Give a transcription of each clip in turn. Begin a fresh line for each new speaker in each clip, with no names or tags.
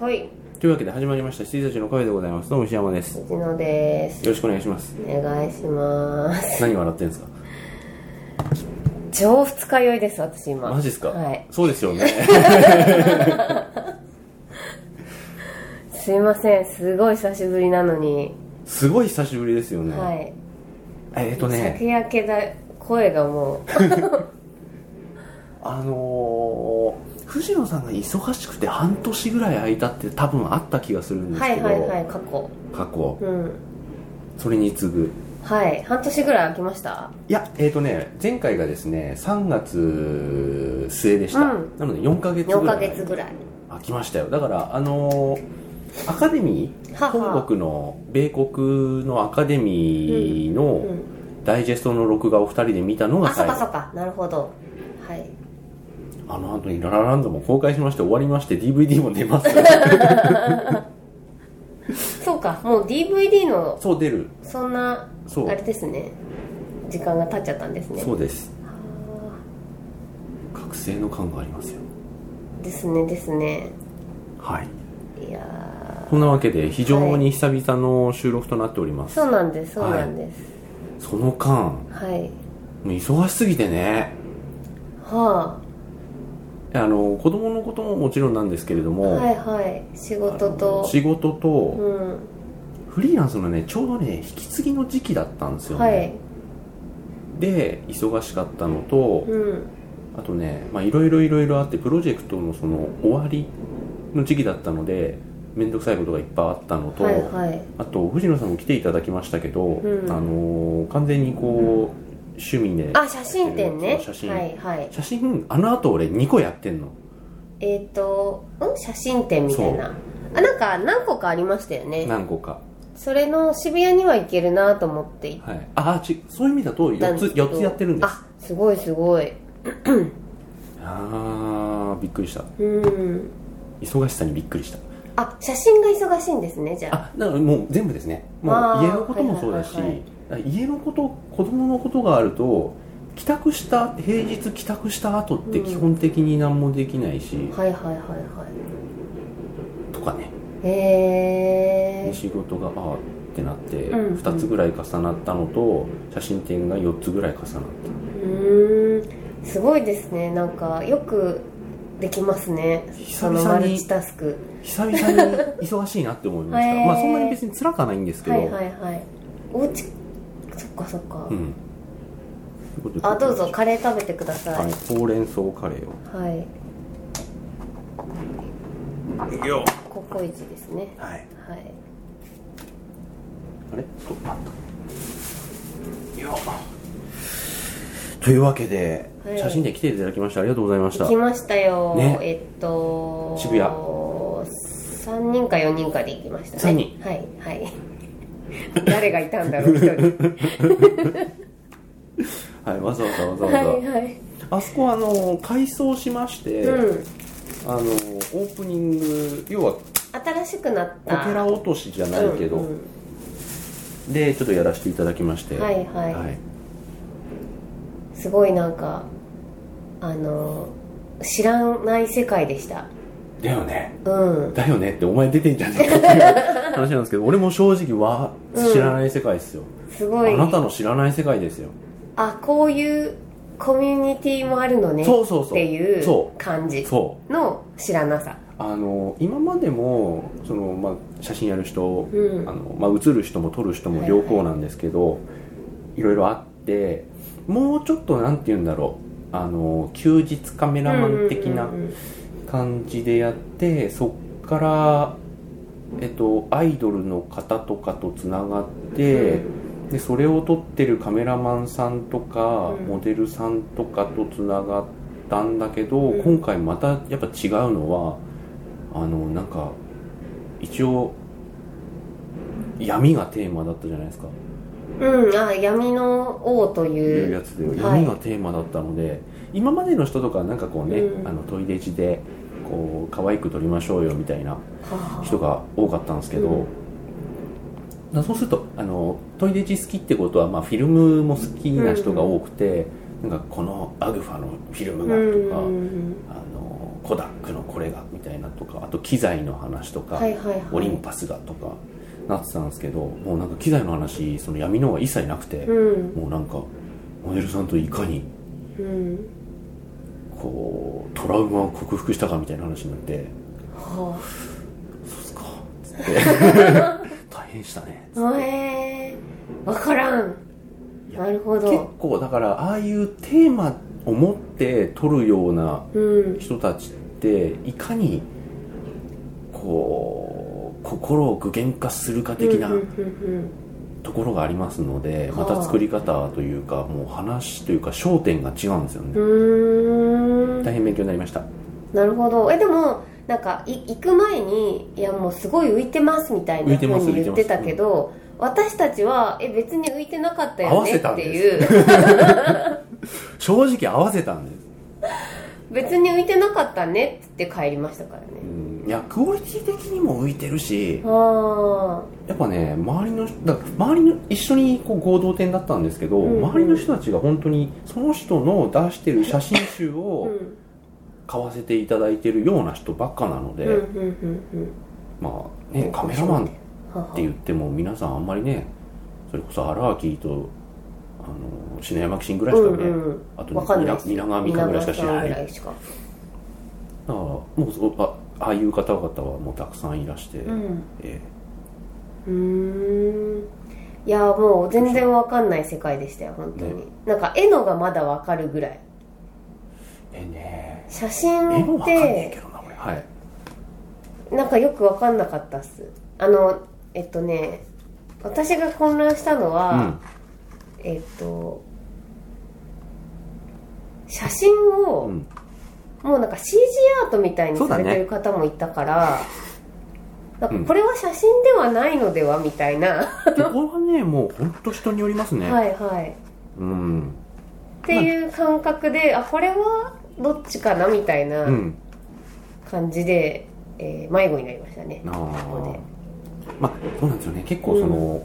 はい
というわけで始まりました羊たちのカフェでございますどうも石山ですよ
一野です
ろしくお願いします
お願いします
何笑ってんですか
超二日酔いです私今
マジですか、
はい
そうですよね
すいませんすごい久しぶりなのに、
すごい久しぶりですよね、
はい
えっ、と
酒
ね
焼けだ声がも
あのー、藤野さんが忙しくて半年ぐらい空いたって多分あった気がするん
う
です
は
け
い
ど、
はいはい過去
過去
うん
それに次ぐ
はい半年ぐらい空きました
いやえっ、とね前回がですね3月末でした、
うん
なので4ヶ月ぐらい
4ヶ月ぐらい
あ来ましたよだからあのーアカデミー
はは
本国の米国のアカデミー
う
の
ん、
ダイジェストの録画を2人で見たのが
あそっ
最
かそ
後
っかなるほどはい
あの後に「ララランド」も公開しまして終わりまして DVD も出ます
そうかもう DVD の
そう出る
そんな
そう
あれですね時間が経っちゃったんですね
そうです
あ
覚醒の感がありますよ
ーですねですね
はい
いや
そんなわけで非常に久々の収録となっておりま
ー
す、
そうなんですそうなんです
その間も
はい、
う忙しすぎてね
は
あの子供のことももちろんなんですけれど
あ
も、
はいはい仕事と
仕事と、
うん
フリーランスのねちょうどね引き継ぎの時期だったんですよね、
はい
で忙しかったのと
うん
あとねまあいろいろいろいろあってプロジェクトのその終わりの時期だったので面倒くさいことがいっぱいあったのと、
はいはい
あと藤野さんも来ていただきましたけど、
うん
あのー完全にこう、趣味で
あ写真展ね
そう写真
はいはい
写真あのあと俺2個やってんの
えっ、と、うん、写真展みたいなあなんか何個かありましたよね
何個か、
それの渋谷には行けるなと思って行っ
はい、ああちそういう意味だと
た
4
んで
つ
すけど
4つやってるんです
あすごいすごい
あーびっくりした
うん
忙しさにびっくりした
あ写真が忙しいんですねじゃあ
あだからもう全部ですねもう
あー
家のこともそうだし、
はいはいはい
家のこと子供のことがあると帰宅した平日帰宅した後って
うん
基本的に何もできないし、
はいはいはいは
とかね
いへえ
仕事があーってなって
うん
2つぐらい重なったのと写真展が4つぐらい重なっ
うーんすごいですねなんかよくできますね
久
そ
々
の
に
マルチタスク
た久々に忙しいなって思いました、
へー
まあそんなに別に辛くはないんですけど、
はいはいはいおうちそっかそっか、
うんということで
あどうぞカレー食べてくださ
はいい、ほうれん草カレーを
はい、
よ
ココイチですね
はい
はい
あれちょっとあったよというわけで、
はい
写真で来ていただきましてありがとうございました
行きましたよ、
ね
えっと
渋谷
3人か4人かで行きましたね
三人
はいはい 誰がいたんだろう一 人
はいわざわざわざわ
は
ざ、
いはい
あそこあの改装しまして、
うん
あのオープニング要はこ
新しくなった
けら落としじゃないけど、
うんうん
でちょっとやらせていただきまして
はいはい
はい、
すごいなんかあの知らない世界でした
だよね
うん
だよねってお前出てんじゃねえかっていう話なんですけど俺も正直わ
うん
知らない世界ですよ、
すごい
あなたの知らない世界ですよ
あこういうコミュニティもあるのね
そうそうそう
ってい
そう
感
う
じ
そう
の知らなさ
あの今までもその、まあ、写真やる人、
うん
あのまあ、写る人も撮る人も両方なんですけど、いろいろあってもうちょっとなんて言うんだろうあの休日カメラマン的な
うんうんうんうん
感じでやって、そっから、えっと、アイドルの方とかとつながって、でそれを撮ってるカメラマンさんとか、
うん
モデルさんとかとつながったんだけど、
うん
今回またやっぱ違うのはあのなんか一応闇がテーマだったじゃないですか、
うん、あ闇の王と
いう
い
や
う
つで
はい
闇がテーマだったので、今までの人とかはなんかこうね、
うん
あのトイレ地でこう可愛く撮りましょうよみたいな
はあ
人が多かったんですけど、
うん
だそうするとあのトイレ地好きってことは、まあ、フィルムも好きな人が多くて、なんかこのアグファのフィルムがとか、
うん
あのコダックのこれがみたいなとかあと機材の話とか、
はいはいはい
オリンパスがとかなってたんですけどもうなんか機材の話その闇のは一切なくて、
うん
もうなんかモデルさんといかに
うん
こうトラウマを克服したかみたいな話になって
は
「そうっすか」つって「大変したね」つっ
あ
て
へえ分からん
いや
なるほ
結
ど
構だからああいうテーマを持って撮るような
うん
人たちっていかにこう心を具現化するか的な
うんうんうん
ところがありますので、また作り方というかもう話というか焦点が違うんですよ
う
ね、
んうーん
大変勉強になりました
なるほどえでもなんかい行く前に「いやもうすごい浮いてます」みたい
浮
ない
て
ふ
ます
うに
浮いて
言
ま
っ
す
てたけど私たちは「え別に浮いてなかった
合
よ
わ
ね」
せ
った
ん
て
です
いう
正直合わせたんです、
別に浮いてなかったねって言って帰りましたからね
うん、いやクオリティ的にも浮いてるし
あ
やっぱね周りの人だ周りの一緒にこう合同点だったんですけど、
うんうん
周りの人たちが本当にその人の出してる写真集
あうん
を買わせていただいてるような人ばっかなので、
うんうんうん
まあねカメラマン
うんは
って言っても皆さんあんまりねそれこそ荒木とあの篠山紀信ぐらいしかね、
うんうん
あと
わかんない
皆
です
皆川美香ぐらいしか知らない
皆
だか
川さんぐら
ら
いしか
もうそうあああいう方々はもうたくさんいらして、
うん
え
うーんいやもう全然わかんない世界でしたよ本当に、なんか絵のがまだわかるぐらい
ええね
写
絵も
真
わかん
っ
ないけ
て
どなこれはい
なんかよくわかんなかったっすあのえっとね私が混乱したの
う
は
ん、
えっと写真を、
うん
もうなんか CG アートみたいに
そう
さ
だ
れ
ね
てる方もいたから、なん
うん
かこれは写真ではないのではみたいな、
ここはねもう本当人によりますね、
はいはい
うん
っていう感覚であこれはどっちかなみたいな
うん
感じで、えー迷子になりましたね
あ
こ
ーまあそうなんですよね結構その、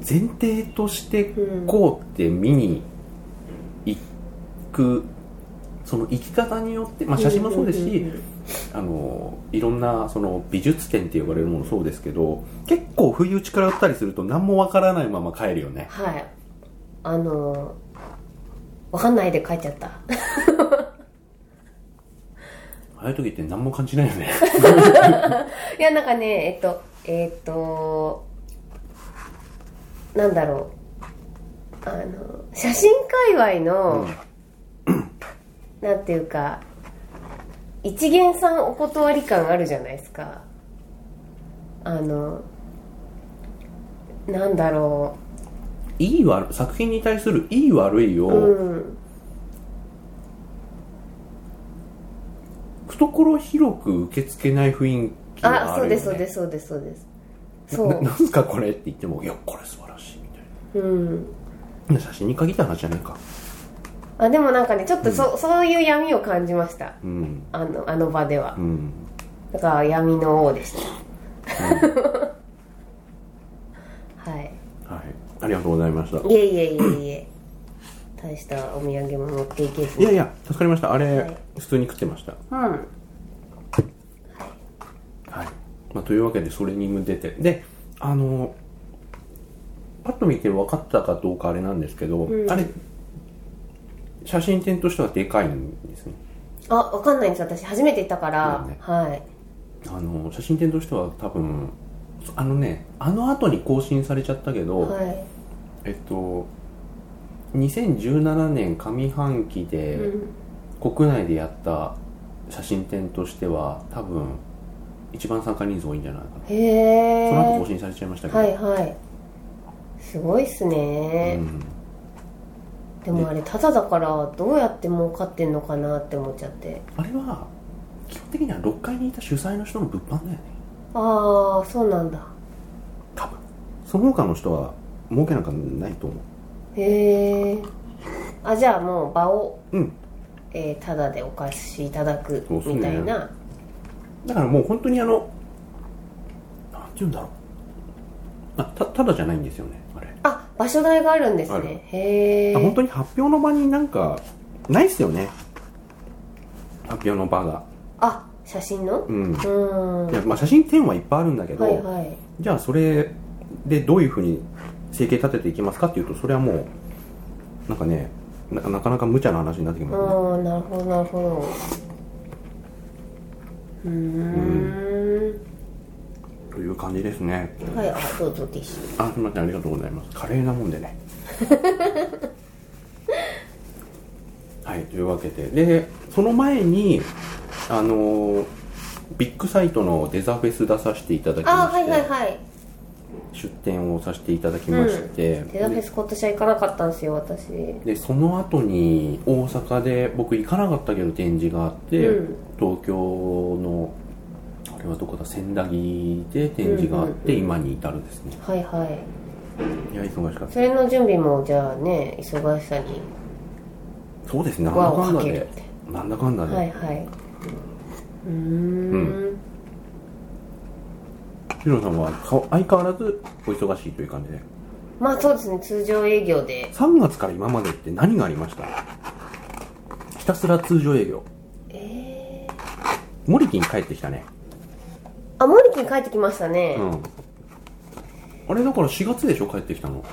前提として
うん
こうって見に行くその行き方によって、まあ、写真もそうですし、
うんうんうん
あのいろんなその美術展って呼ばれるものそうですけど結構不意打ちから打ったりすると何もわからないまま帰るよね
はいあのー、わかんないで書いちゃった
ああいう時って何も感じないよ ね
いやなんかねえっとえっとなんだろうあの写真界隈の、なんていうか一元さんお断り感あるじゃないですかあのなんだろ
いい悪作品に対するいい悪いうを、
うん
懐広く受け付けない雰囲気
あ
があ
そう
るよ、ね、
ですそうですそうですそうですそ
な
う
なんすかこれって言っても「いやこれ素晴らしい」みたい
うん
な写真に限った話じゃないか
あでもなんかねちょっとそ,、うそういう闇を感じました
うん
あのあの場では
うん
だから闇の王でした はい
はいありがとうございました
いえいえいえいえ大したお土産も持っていけず
いやいや助かりましたあれ、
はい
普通に食ってました
うん
はい、まあ、というわけでそれに出てであのパッと見て分かったかどうかあれなんですけど、
うん
あれ写真展としてはでかいんですね
あわかんないんです私初めて行ったから、
そうね
はい
あの写真展としては多分あのねあの後に更新されちゃったけど、
はい
えっと2017年上半期で、
うん
国内でやった写真展としては多分一番参加人数多いんじゃないかな、
へ
その後更
え
新されちゃいましたけど、
はいはいすごいっす
う
ね、
ん
でもあれタダだからどうやって儲かってんのかなって思っちゃって
あれは基本的には6階にいた主催の人の物販だよね
ああそうなんだ
多分その他の人は儲けなんかないと思
へえあじゃあもう場を、
ううん
えー、タダでお貸しいただく
そうっすね
みたいな
だからもう本当にあのなんて言うんだろうあたただじゃないんですよねあれ、
あ場所代があるんです
ある
ねへえ
あ本当に発表の場になんかないっすよね発表の場が
あ写真のう
うん
ーん
いやまあ、写真展はいっぱいあるんだけど、
はいはい
じゃあそれでどういうふうに生計立てていきますかっていうとそれはもうなんかねななかなか無茶な話になってき
あ
ますね
あなるほどなるほどうーん
という感じですね
はいあどうぞティッシュ
あすみませんありがとうございます華麗なもんで ねはいというわけででその前にあのービッグサイトのデザフェス出させていただきまして、
あはいはいはい
出展をさせていただきまして、
デザフェス今年は行かなかったんですよ私
でその後に大阪で僕行かなかったけど展示があって、
うん
東京のあれはどこだ千駄木で展示があって、今に至るですね
はいはい
いや忙しかった
それの準備もじゃあね忙しさに
そうですねなんだ
輪を
かん
か
だ
ける
で
みたい
なんだかんだで、
なはいはいうーん
ヒロさんはか相変わらずお忙しいという感じで
まあそうですね通常営業で
3月から今までって何がありましたひたすら通常営業
えー、
モリキン帰ってきたね
あモリキン帰ってきましたね、
うんあれだから4月でしょ帰ってきたの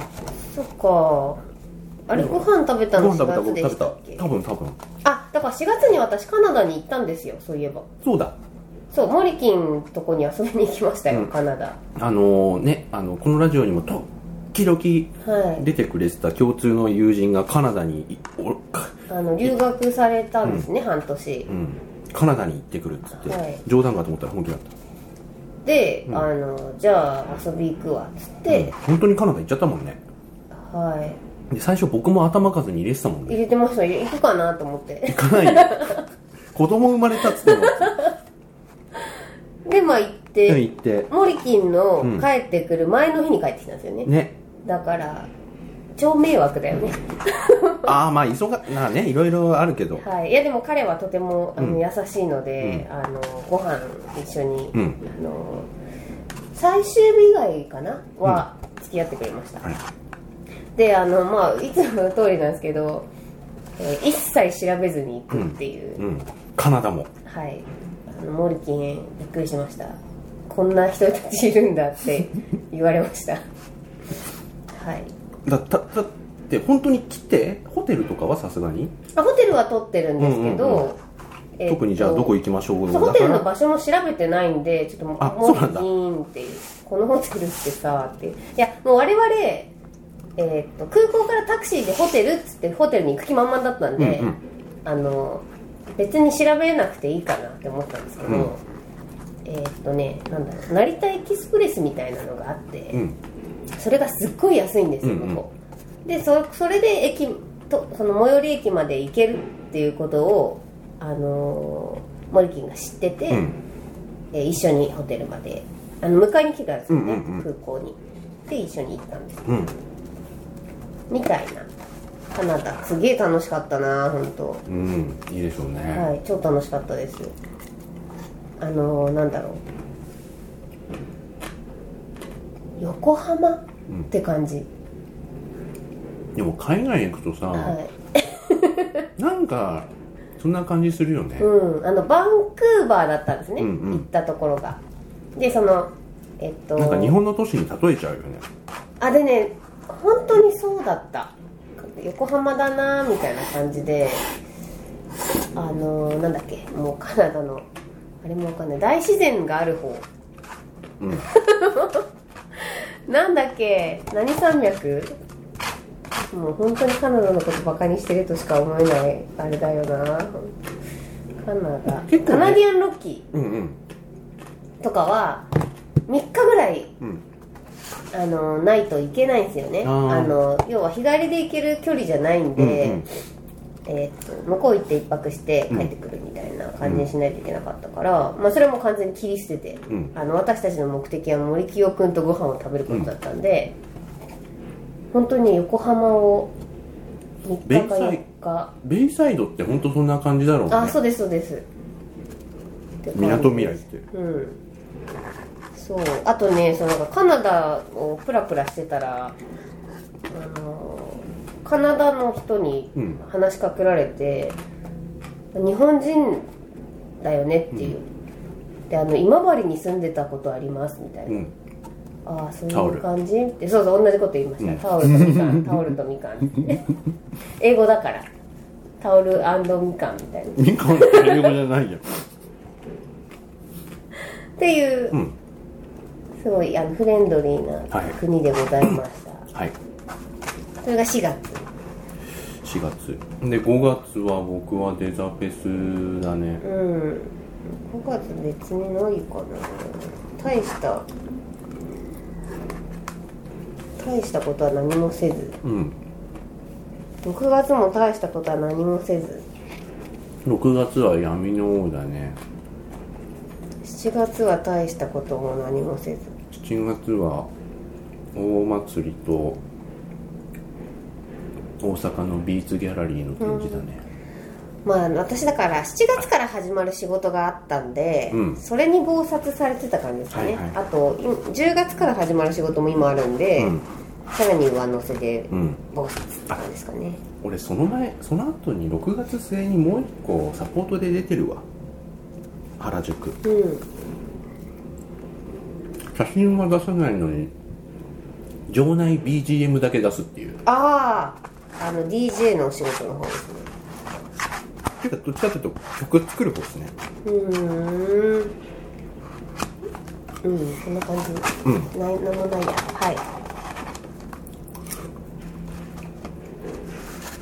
そっかあれご飯食べた
ご
の
飯食べ
4
た
月
僕
で
食べ
した
た
っけ
多分多分
あだから4月に私カナダに行ったんですよそういえば
そうだ
そうモリキンとこに遊びに行きましたよ、
うん
カナダ
あのね、あの、このラジオにもとっきどき
はい
出てくれてた共通の友人がカナダにい、おか
あの留学されたんですね、半年
うん、カナダに行ってくるっつって、
はい
冗談かと思ったら本気だった。
で、あのじゃあ遊び行くわっつって、
本当にカナダ行っちゃったもんね。
はい
で、最初僕も頭数に入れてたもん
入
ね。
れてました行くかなと思って
行 かないよ。子供生まれたっつっても、
でまあ行っ
で
て
行って、
モリキンの
うん
帰ってくる前の日に帰ってきたんですよね、
ね。
だから超迷惑だよね
ああ、まあ、忙が、なあね、いろいろあるけど。
はい、いやでも彼はとてもあの、
うん
優しいので、あのご飯一緒に、
うん
あの最終日以外かなは付き合ってくれました、
はい
であのまあいつもの通りなんですけど、えー一切調べずに行くっていう、
うん。カナダも。
はいあのモリキンびっくりしましたこんな人たちいるんだって 言われましたはい
だ、だ、だって、本当に来て、ホテルとかはさすがに、
あホテルは取ってるんですけど、
うんうんうん
えーと
特にじゃあどこ行きましょう
そうホテルの
だか
場所も調べてないんでちょっとも
あ
も
そ
う
うなんだ
ギーンっていうこのホテルってさっていういやもう我々、えーっと空港からタクシーでホテルっつってホテルに行く気満々だった
ら
んで、
うんうん。
あの別に調べなくていいかなって思ったんですけど、
うん
えーっとねなんだろう成田エキスプレスみたいなのがあって、
うん。
それがすっごい安いんですよ、
うんうん
ここでそそれで駅とその最寄り駅まで行けるっていうことをあのーモリキンが知ってて、
うん。
えー一緒にホテルまであの迎えに来てたんですよね、
うんうんうん
空港にで一緒に行ったんです
うん。
みたいなカナダすげえ楽しかったな本当
うん、いいでしょうね。
はい超楽しかったですあのーなんだろう横浜って感じ、
でも海外行くとさ、
はい
なんかそんな感じするよね。
うん、あのバンクーバーだったんですね、
うんうん
行ったところがでそのえっと
なんか日本の都市に例えちゃうよね。
あでね本当にそうだった横浜だなみたいな感じであのーなんだっけもうカナダのあれもわかんない大自然がある方
うん。
なんだっけ何山脈もう本当にカナダのことバカにしてるとしか思えないあれだよなカナダ、
結構ね
カナディアンロッキー
うんうん
とかは3日ぐらい
うん。
あのないといけないんですよね
あ
あ
ー
の要は日帰りで行ける距離じゃないん
うん
で、えーっと向こう行って1泊して帰ってくるみたいな感じにしないといけなかったから、まあ、それも完全に切り捨てて、
うん
あの私たちの目的は森清君とご飯を食べることだったんで、本当に横浜を3日か4日
ベイサイドって本当そんな感じだろうね。
あそうですそうです
みなとみらいって。
うんそうあとねそのカナダをプラプラしてたらあのカナダの人に
うん
話しかけられて、日本人だよねっていう、であの今治に住んでたことありますみたいな、
うん
ああそう
タオ
い
ル
う感じってそうそう同じこと言いました、
うん
タオルとみかんタオルとみかんって 英語だからタオルみかんみたいなっ
みかんって英語じゃないよ
ていう、
うん
すごいあのフレンドリーな
はい
国でございました、
はい
それが4月
4月で5月は僕はデザフェスだね
うん5月別にないかな大した大したことは何もせず
うん
6月も大したことは何もせず
6月は闇の王だね
7月は大したことも何もせず
7月は大祭りと大阪のビーツギャラリーの展示だね、
まあ私だから7月から始まる仕事があったんで、
うん
それに忙殺されてた感じですかね、
はいはい
あとい10月から始まる仕事も今あるんで、
うん
さらに上乗せで
うん
忙殺って感じですかね
俺その前その後に6月末にもう1個サポートで出てるわ原宿
うん
写真は出さないのに場内 BGM だけ出すっていう
あああの DJ のお仕事の方ですね
てかどっちかっていうと曲作る方ですね
うーんうんこんな感じ、
う
ないなんもないやはい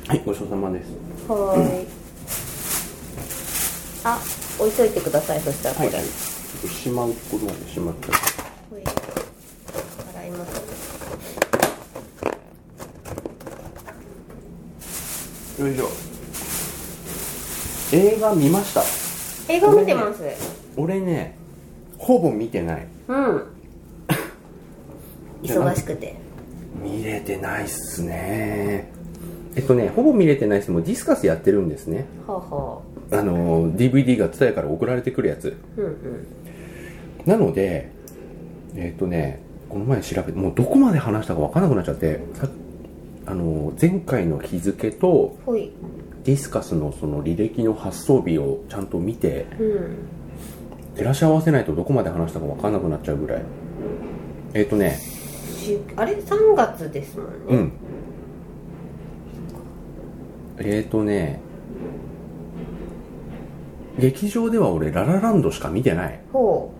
はいごちそうさまです
はーい、あ置いといてくださいそしたらこれ、
ちょっとしまうところまでしまった
ほい洗います
よいしょ映画見ました
映画見てます、
俺ねほぼ見てない
うん
じゃあ
忙しくて
見れてないっすねえっとねほぼ見れてないっすもうディスカスやってるんですね
はあは
あの DVD が TSUTAYA から送られてくるやつ
あうんうん
なのでえっとねこの前調べてもうどこまで話したか分からなくなっちゃってさあの前回の日付と
ほい
ディスカスのその履歴の発送日をちゃんと見て
うん
照らし合わせないとどこまで話したか分かんなくなっちゃうぐらいえっ、とね
しあれ3月ですもん
う
ね、
んえっ、とね劇場では俺ララランドしか見てない
ほ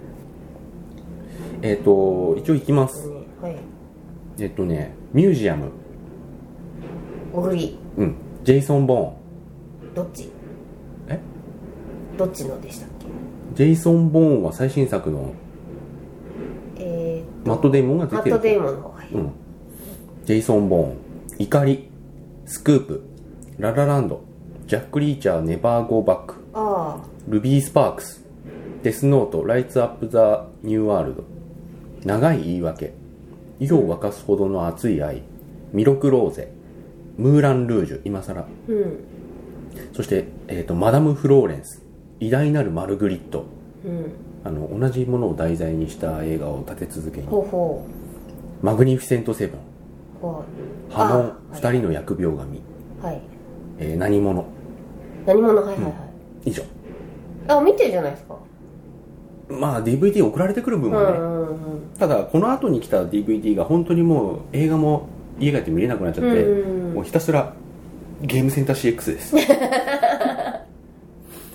えっ、と一応行きま
うですすねはい
えっ、とねミュージアム
おふり
うんジェイソン・ボ
どっち
え
どっちのでしたっけ
ーンジェイソン・ボーンは最新作の
え
マット・デイモンが
ー、マ
出てる
ット・デイモンの方がいい、
うん、ジェイソン・ボーン怒りスクープララランドジャック・リーチャーネバー・ゴー・バック
ああ
ルビー・スパークスデスノートライツ・アップ・ザ・ニュー・ワールド長い言い訳湯を沸かすほどの熱い愛ミロク・ローゼムーラン・ルージュ今更
うん
そして、えー、とマダム・フローレンス偉大なるマルグリット
うん
あの同じものを題材にした映画を立て続けに
ほうほ
マグニフィセント・セブン
う
波
は
紋
あ
二人の疫病神
い、はい、
えー何者
何者はいはいはい、
以上
あ見てるじゃないですか
まあ DVD 送られてくる
う
分
ん
はね、
うんうん
ただこの後に来た DVD が本当にもう映画も家帰って見れなくなっちゃって、
うんうん
もうひたすらゲームセンター CX です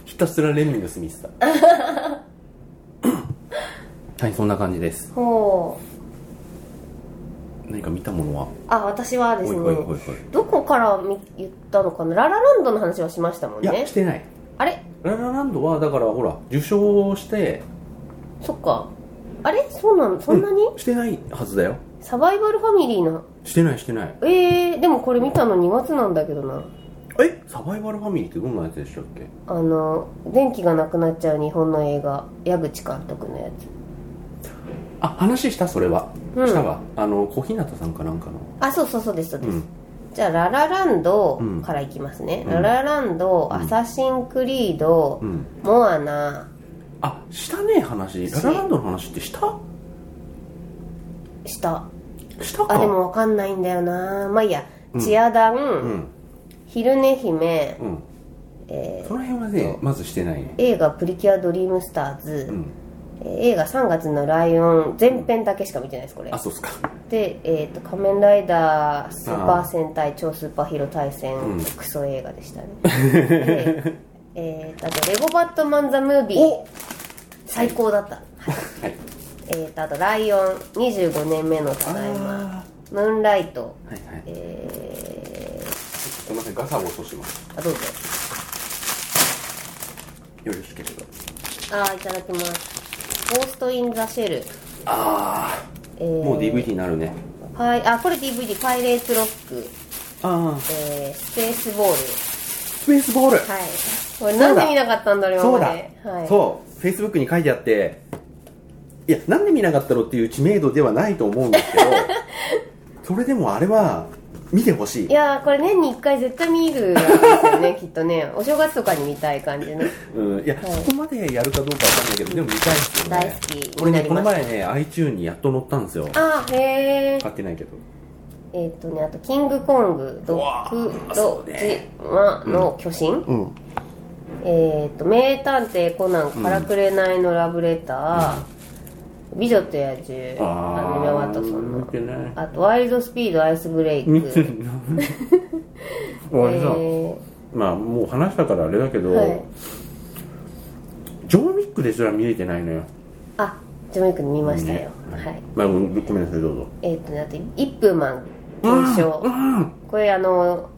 ひたすらレンミングス見て たはいそんな感じです
ほ
何か見たものは
うあ私はですね
おいおいおいおい
どこからみ言ったのかなララランドの話はしましたもん
いや、
ね
してない
あれ
ララランドはだからほら受賞して
そっかあれそうなのそんなに、
してないはずだよ
サバイバルファミリーの
してないしてない
えー、でもこれ見たの2月なんだけどな
えサバイバルファミリーってどんなやつでしたっけ
あの電気がなくなっちゃう日本の映画矢口監督のやつ
あ話したそれは、
うん
したわあの小日向さんかなんかの
あそうそうそうですそうです、
うん
じゃあララランド
うん
からいきますね、
うん
ララランド、
うん
アサシンクリード、
うん
モアナ
あしたね話ララランドの話ってした
した
したか
あでもわかんないんだよなまあいいや
うん
チアダン、
うん
昼寝姫
うん
えー
その辺はねまずしてないね
映画「プリキュアドリームスターズ」
うん
えー映画「3月のライオン」前編だけしか見てないですこれ
あそうっすか
で、えーと「仮面ライダースーパー戦隊超スーパーヒーロー対戦」クソ映画でしたねでえーとあと「レゴバットマン・ザ・ムービー
お」
最高だった、はい
はい
えーとあと「ライオン」25年目のた
あ
だいま
あ
「ムーンライト」
ーはいはい
えー
すいませんガサゴソします
あどうぞ
よろしければ
あいただきます「ゴースト・イン・ザ・シェル」
ああ
えー
もう DVD になるね
パイあこれ DVD「パイレーツ・ロック」
ああ
えースペースボー
スペースボール
ル」はいこれなんで見なかったんだろう
そうだ、
はい、
そうフェイスブックに書いてあっていやなんで見なかったのっていう知名度ではないと思うんです けどそれでもあれは見てほしい
いやーこれ年に1回絶対見るんですよね きっとねお正月とかに見たい感じの
うん、いや、
はい
そこまでやるかどうかわかんないけどでも見たいですよね
大好き
これね
に
こ
な
の
りまし
前ね iTune にやっと載ったんですよ
あーへー
買ってないけど
えーっとねあと「キングコング」「ドクロ島の巨神」
うん
えーっと「名探偵コナンからくれないのラブレター」美女と野獣」あのミラ・ワトソン
見
の
てない
あと「ワイルドスピードアイスブレイク」
見てないあれさ、
え
まあもう話したからあれだけど、
ーはい
ジョン・ウィックですら見れてないのよ
あジョミック見ましたよ、
ね
はい
まあ、ごめんなさいどうぞ
えっ、とねあと一風マン検証、これあの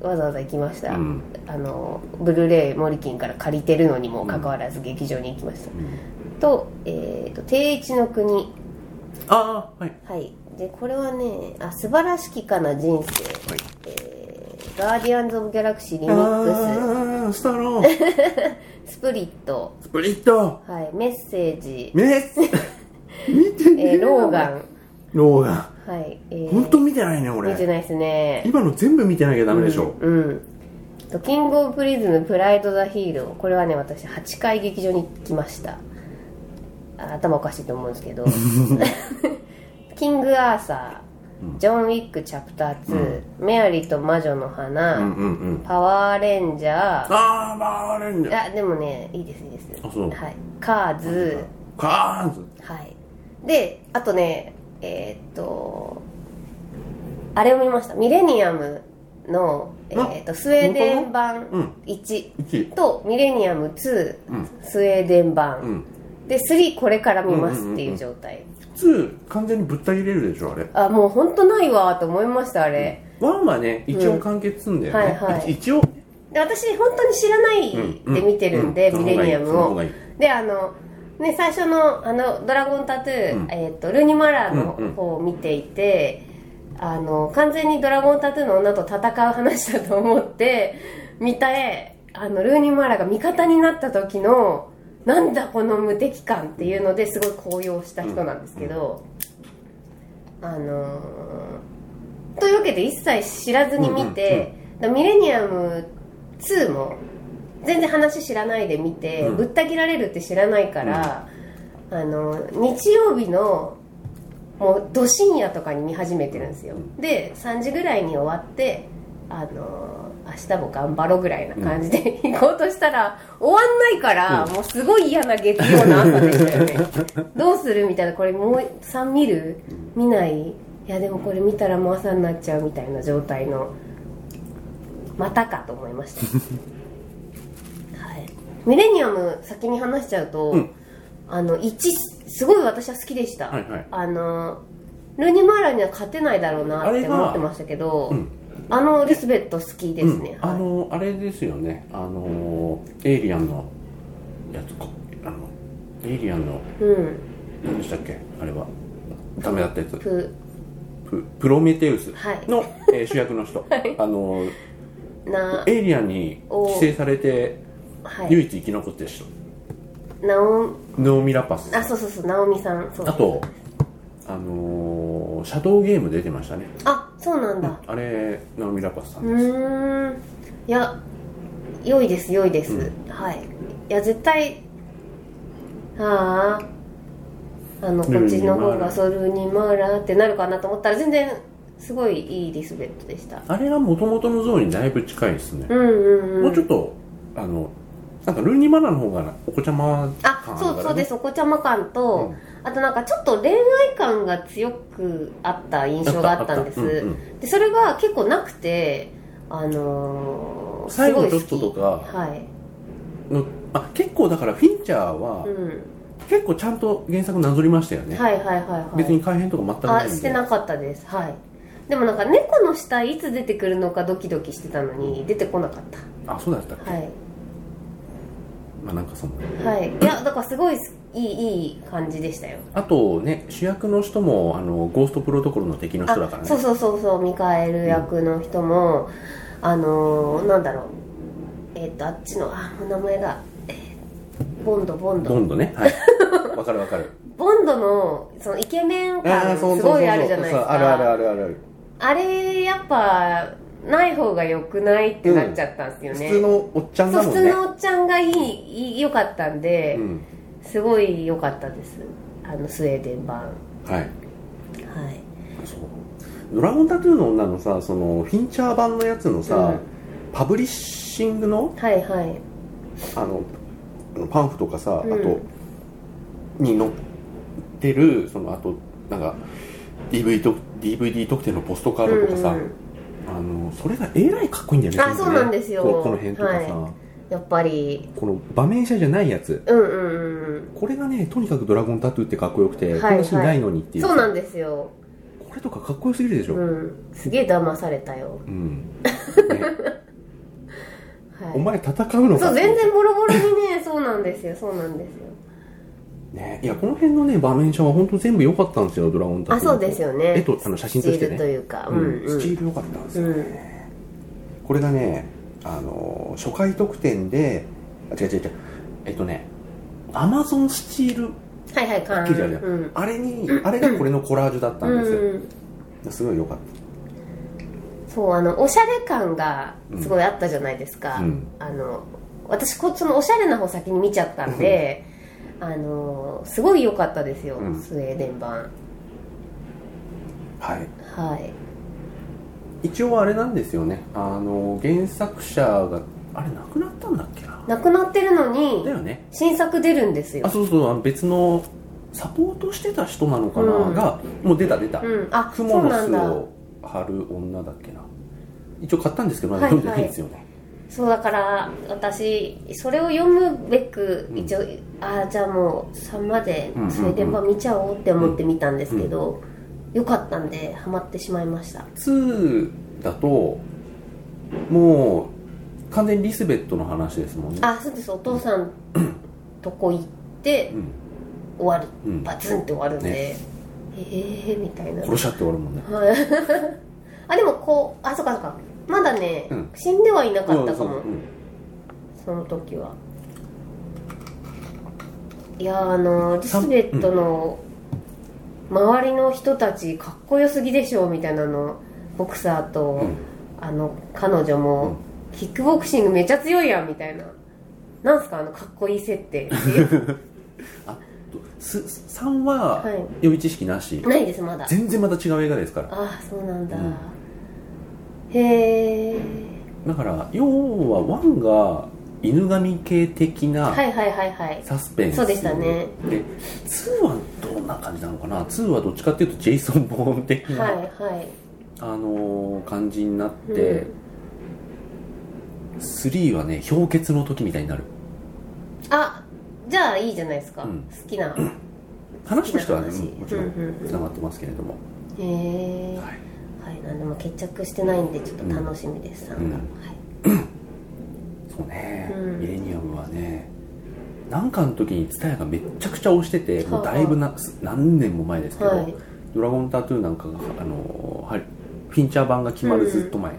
わざわざ行きました、
うん
あのブルーレイモリキンから借りてるのにもかかわらず劇場に行きました、と,、えー、と「定一の国
ああはい」
はいでこれはねあ「素晴らしきかな人生」
はい
えーガーディアンズ・オブ・ギャラクシー」リミック
ああスタローン
ス「スプリット
スプリット」
はい「メッセージ」
メス見てね
えーローガン」
ローガン
はい、えー
本当見てないね
見て
俺
ないですね
今の全部見てなきゃダメでしょ、
うんとキングオブプリズムプライド・ザ・ヒーローこれはね私8回劇場に来ましたあ頭おかしいと思うんで すけどキング・アーサージョン・ウィック・チャプター2、メアリーと魔女の花、
うん、うんうん
パワーレンジャー
ああまああれんじゃ
あでもねいいですいいです
あそう
はい、カーズ、
カーンズ
はいであとねえーっとあれを見ましたミレニアムの、えーっとスウェーデン
本
版
1
1とミレニアム2、スウェーデン版、
ん
で3これから見ますっていう状態、
普通完全にぶった切れるでしょあれ
あもう本当ないわと思いましたあれ、
ワンはね一応完結すんだよね、
うんはいはい
一応
で私本当に知らないで見てるんで、
うんうん
ミレニアム
その方
を
がいいその
であのね最初のあのドラゴンタトゥー、えー、とルーニマラーの方を見ていて、あの完全にドラゴンタトゥーの女と戦う話だと思って見た絵あのルーニマラーが味方になった時のなんだこの無敵感っていうのですごい高揚した人なんですけど、あのーというわけで一切知らずに見て、だからミレニアム2も全然話知らないで見て、ぶった切られるって知らないから、あの日曜日のもうど深夜とかに見始めてるんですよで3時ぐらいに終わってあのー明日も頑張ろうぐらいな感じで行こうとしたら終わんないから、もうすごい嫌な月曜の朝でしたよ ねどうするみたいなこれもう3見る見ないいやでもこれ見たらもう朝になっちゃうみたいな状態のまたかと思いましたはい、ミレニアム先に話しちゃうと、あの1すごい私は好きでした、
はいはい
あのルニマーラには勝てないだろうな
あ
っ
れ
て
が
思ってましたけどあ,、のリスベット好きですね、
あ
はい
のあれですよねあのエイリアンのやつこあのエイリアンの
うん
何でしたっけあれはダメだったやつ
プ
ププロメテウス
はい
の、え ー主役の人、あの
な、
エイリアンに
お
寄生されて
は
唯
い、
一生き残ってる人、
ナオン
ノーミラパス
あそうそうそうナオミさんそう
あとあのーシャドウゲーム出てましたね
あそうなんだ
あれノーミラパスさん
う
です、
ーんいや良いです良いです、はいいや絶対あああのこっちの方がソルニマーラってなるかなと思ったら全然すごいいいリスベットでした
あれが元々の像にだいぶ近いですね、
うんうん
も
う
うんちょっとあのなんかルンニマナの方がお子ちゃま
あそうそうですすお子ちゃま感と、あとなんかちょっと恋愛感が強くあった印象があったんです、
あったあったうんうん
でそれが結構なくてあのー、
最後
すごい好き
ちょっととか
はい、
のあ結構だからフィンチャーは
うん、
結構ちゃんと原作なぞりましたよね、
はいはいはいはい
別に改変とか全くない
あ
んで
してなかったですはいでもなんか猫の死体いつ出てくるのかドキドキしてたのに出てこなかっ
あそうだったっけ、
たはい
まあなんかその
はいいやだからすごいいいいい感じでしたよ
あとね主役の人もあのゴーストプロトコルの敵の人だから
あそう
ね
そうそうそうミカエル役の人も、あのー、なんだろうえっ、とあっちのあもう名前が、えーボンドボンド
どんどんね はいわかるわかる
ボンドのそのイケメン感
ー
すご いあるじゃないですか
あるあるあるあるある
あれやっぱない方が良くないってなっちゃったんですよね、
普通のおっちゃん
そう
だも
普
ん
通
ね
のおっちゃんがいいいい良かったんで、
うん
すごい良かったですあのスウェーデン版は
はい
い
そうドラゴンタトゥーの女のさそのフィンチャー版のやつのさ、
うん
パブリッシングの
はいはい
あのあのパンフとかさ、
うん
あとに載ってるそのあとなんか DV と DVD 特典のポストカードとかさ、
うんうん
あのそれがえらいかっこいいんだよね
あ
全部ね
そうなんですよ
ここの辺とかさ、
はやっぱり
この場面車じゃないやつ
うんうんうんうん
これがねとにかくドラゴンタトゥーってかっこよくて、
はい
こんなシーンないのにっていう
そうなんですよ、
これとかかっこよすぎるでしょ、
う
うん
ん、すげえ騙されたよ、
ね
はい、
お前戦うのか
そう
って
全然ボロボロにねそうなんですよそうなんですよ
ね、いやこの辺のね場面車は本当全部良かったんですよドラゴンタ
あそうですよね
えっとあの写真とし
スチー
て
ルと
ね
いうかうん
うん
う
スチ
ん
ール良かったんです
う
よ、
ん
これがねあのー初回特典であ違う違う違うえっとねアマゾンスチール
はいはいかん
記事あるじゃん、
うん
あれにあれがこれのコラージュだったんですよ、
うん
すごい良かっ
そうあのおしゃれ感がすごいあったじゃないですか、
うん
あの私こそのおしゃれな方先に見ちゃったんであのすごい良かったですよ、
うん
スウェーデン版
たはい
はい
一応あれなんですよねあのー原作者があれ亡くなったんだっけな
なくなってる
だ
のに
よね
新作出るんですよ
あそうそうあの別のサポートしてた人なのかな、
うん
がもう出た出た、
うんあそ
雲
う
の
なん
巣
だ
を張る女だっけな一応買ったんですけどまだ
はいはい
読んでないんですよね、
そうだから私それを読むべく
うん
一応、ああじゃあもう3まで
うんうんうん
スウェーデン版見ちゃおうって思って見たんですけど、よかったんでハマってしまいました
2だともう完全にリスベットの話ですもんね
あそうですお父さんとこ行って
うん
終わ
う
る
ん
バツンって終わるんで、
ね
ええみたいな
殺しちゃって終わるもんね
はいあでもこうあそうかそうかまだね、
うん
死んではいなかった
そうそ
かも
ううん
その時はいやーあのーリスベットの周りの人たちかっこよすぎでしょみたいなのボクサーと、
うん
あの彼女も、キックボクシングめちゃ強いやんみたいななんすかあのかっこいい設定
あとす3は
はい
予備知識なし、
ないですまだ
全然また違う映画ですから
ああそうなんだ、
うん
へえ
だから要は1が犬神系的な、
はいはいはいはい
サスペンス
そうでしたね
で2はどんな感じなのかな2はどっちかっていうとジェイソン・ボーン的な、
はいはい
あのー感じになって、
う
3はね氷結の時みたいになる
あじゃあいいじゃないですか、
うん
好きな
話としてはね
好きな話
うんもちろ
うんんうんうん
つながってますけれども、
へえ
はい
はい、なんでも決着してないんでちょっと楽しみです、
うん
3が、
うんそうね、
うん
ミレニアムはねなんかの時に蔦屋がめっちゃくちゃ押しててもうだいぶな何年も前ですけど、
はい
ドラゴンタトゥーなんかがあのはフィンチャー版が決まるずっと前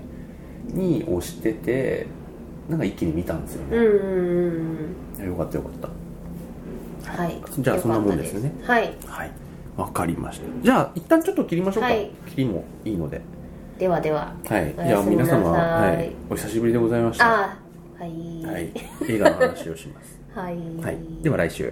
に押してて、なんか一気に見たんですよ
う
ね、
んうんうんうん
よかったよかった
はい
じゃあそんなもんですよね
良かったですはい
はいわかりましたじゃあ一旦ちょっと切りましょうか、
はい
切りもいいので
ではでは
はいじ
お
ゃ
や
あ
すみ
皆
なさい
様、はい、お久しぶりでございました
ああはい
はい映画の話をします
はい
はいでは来週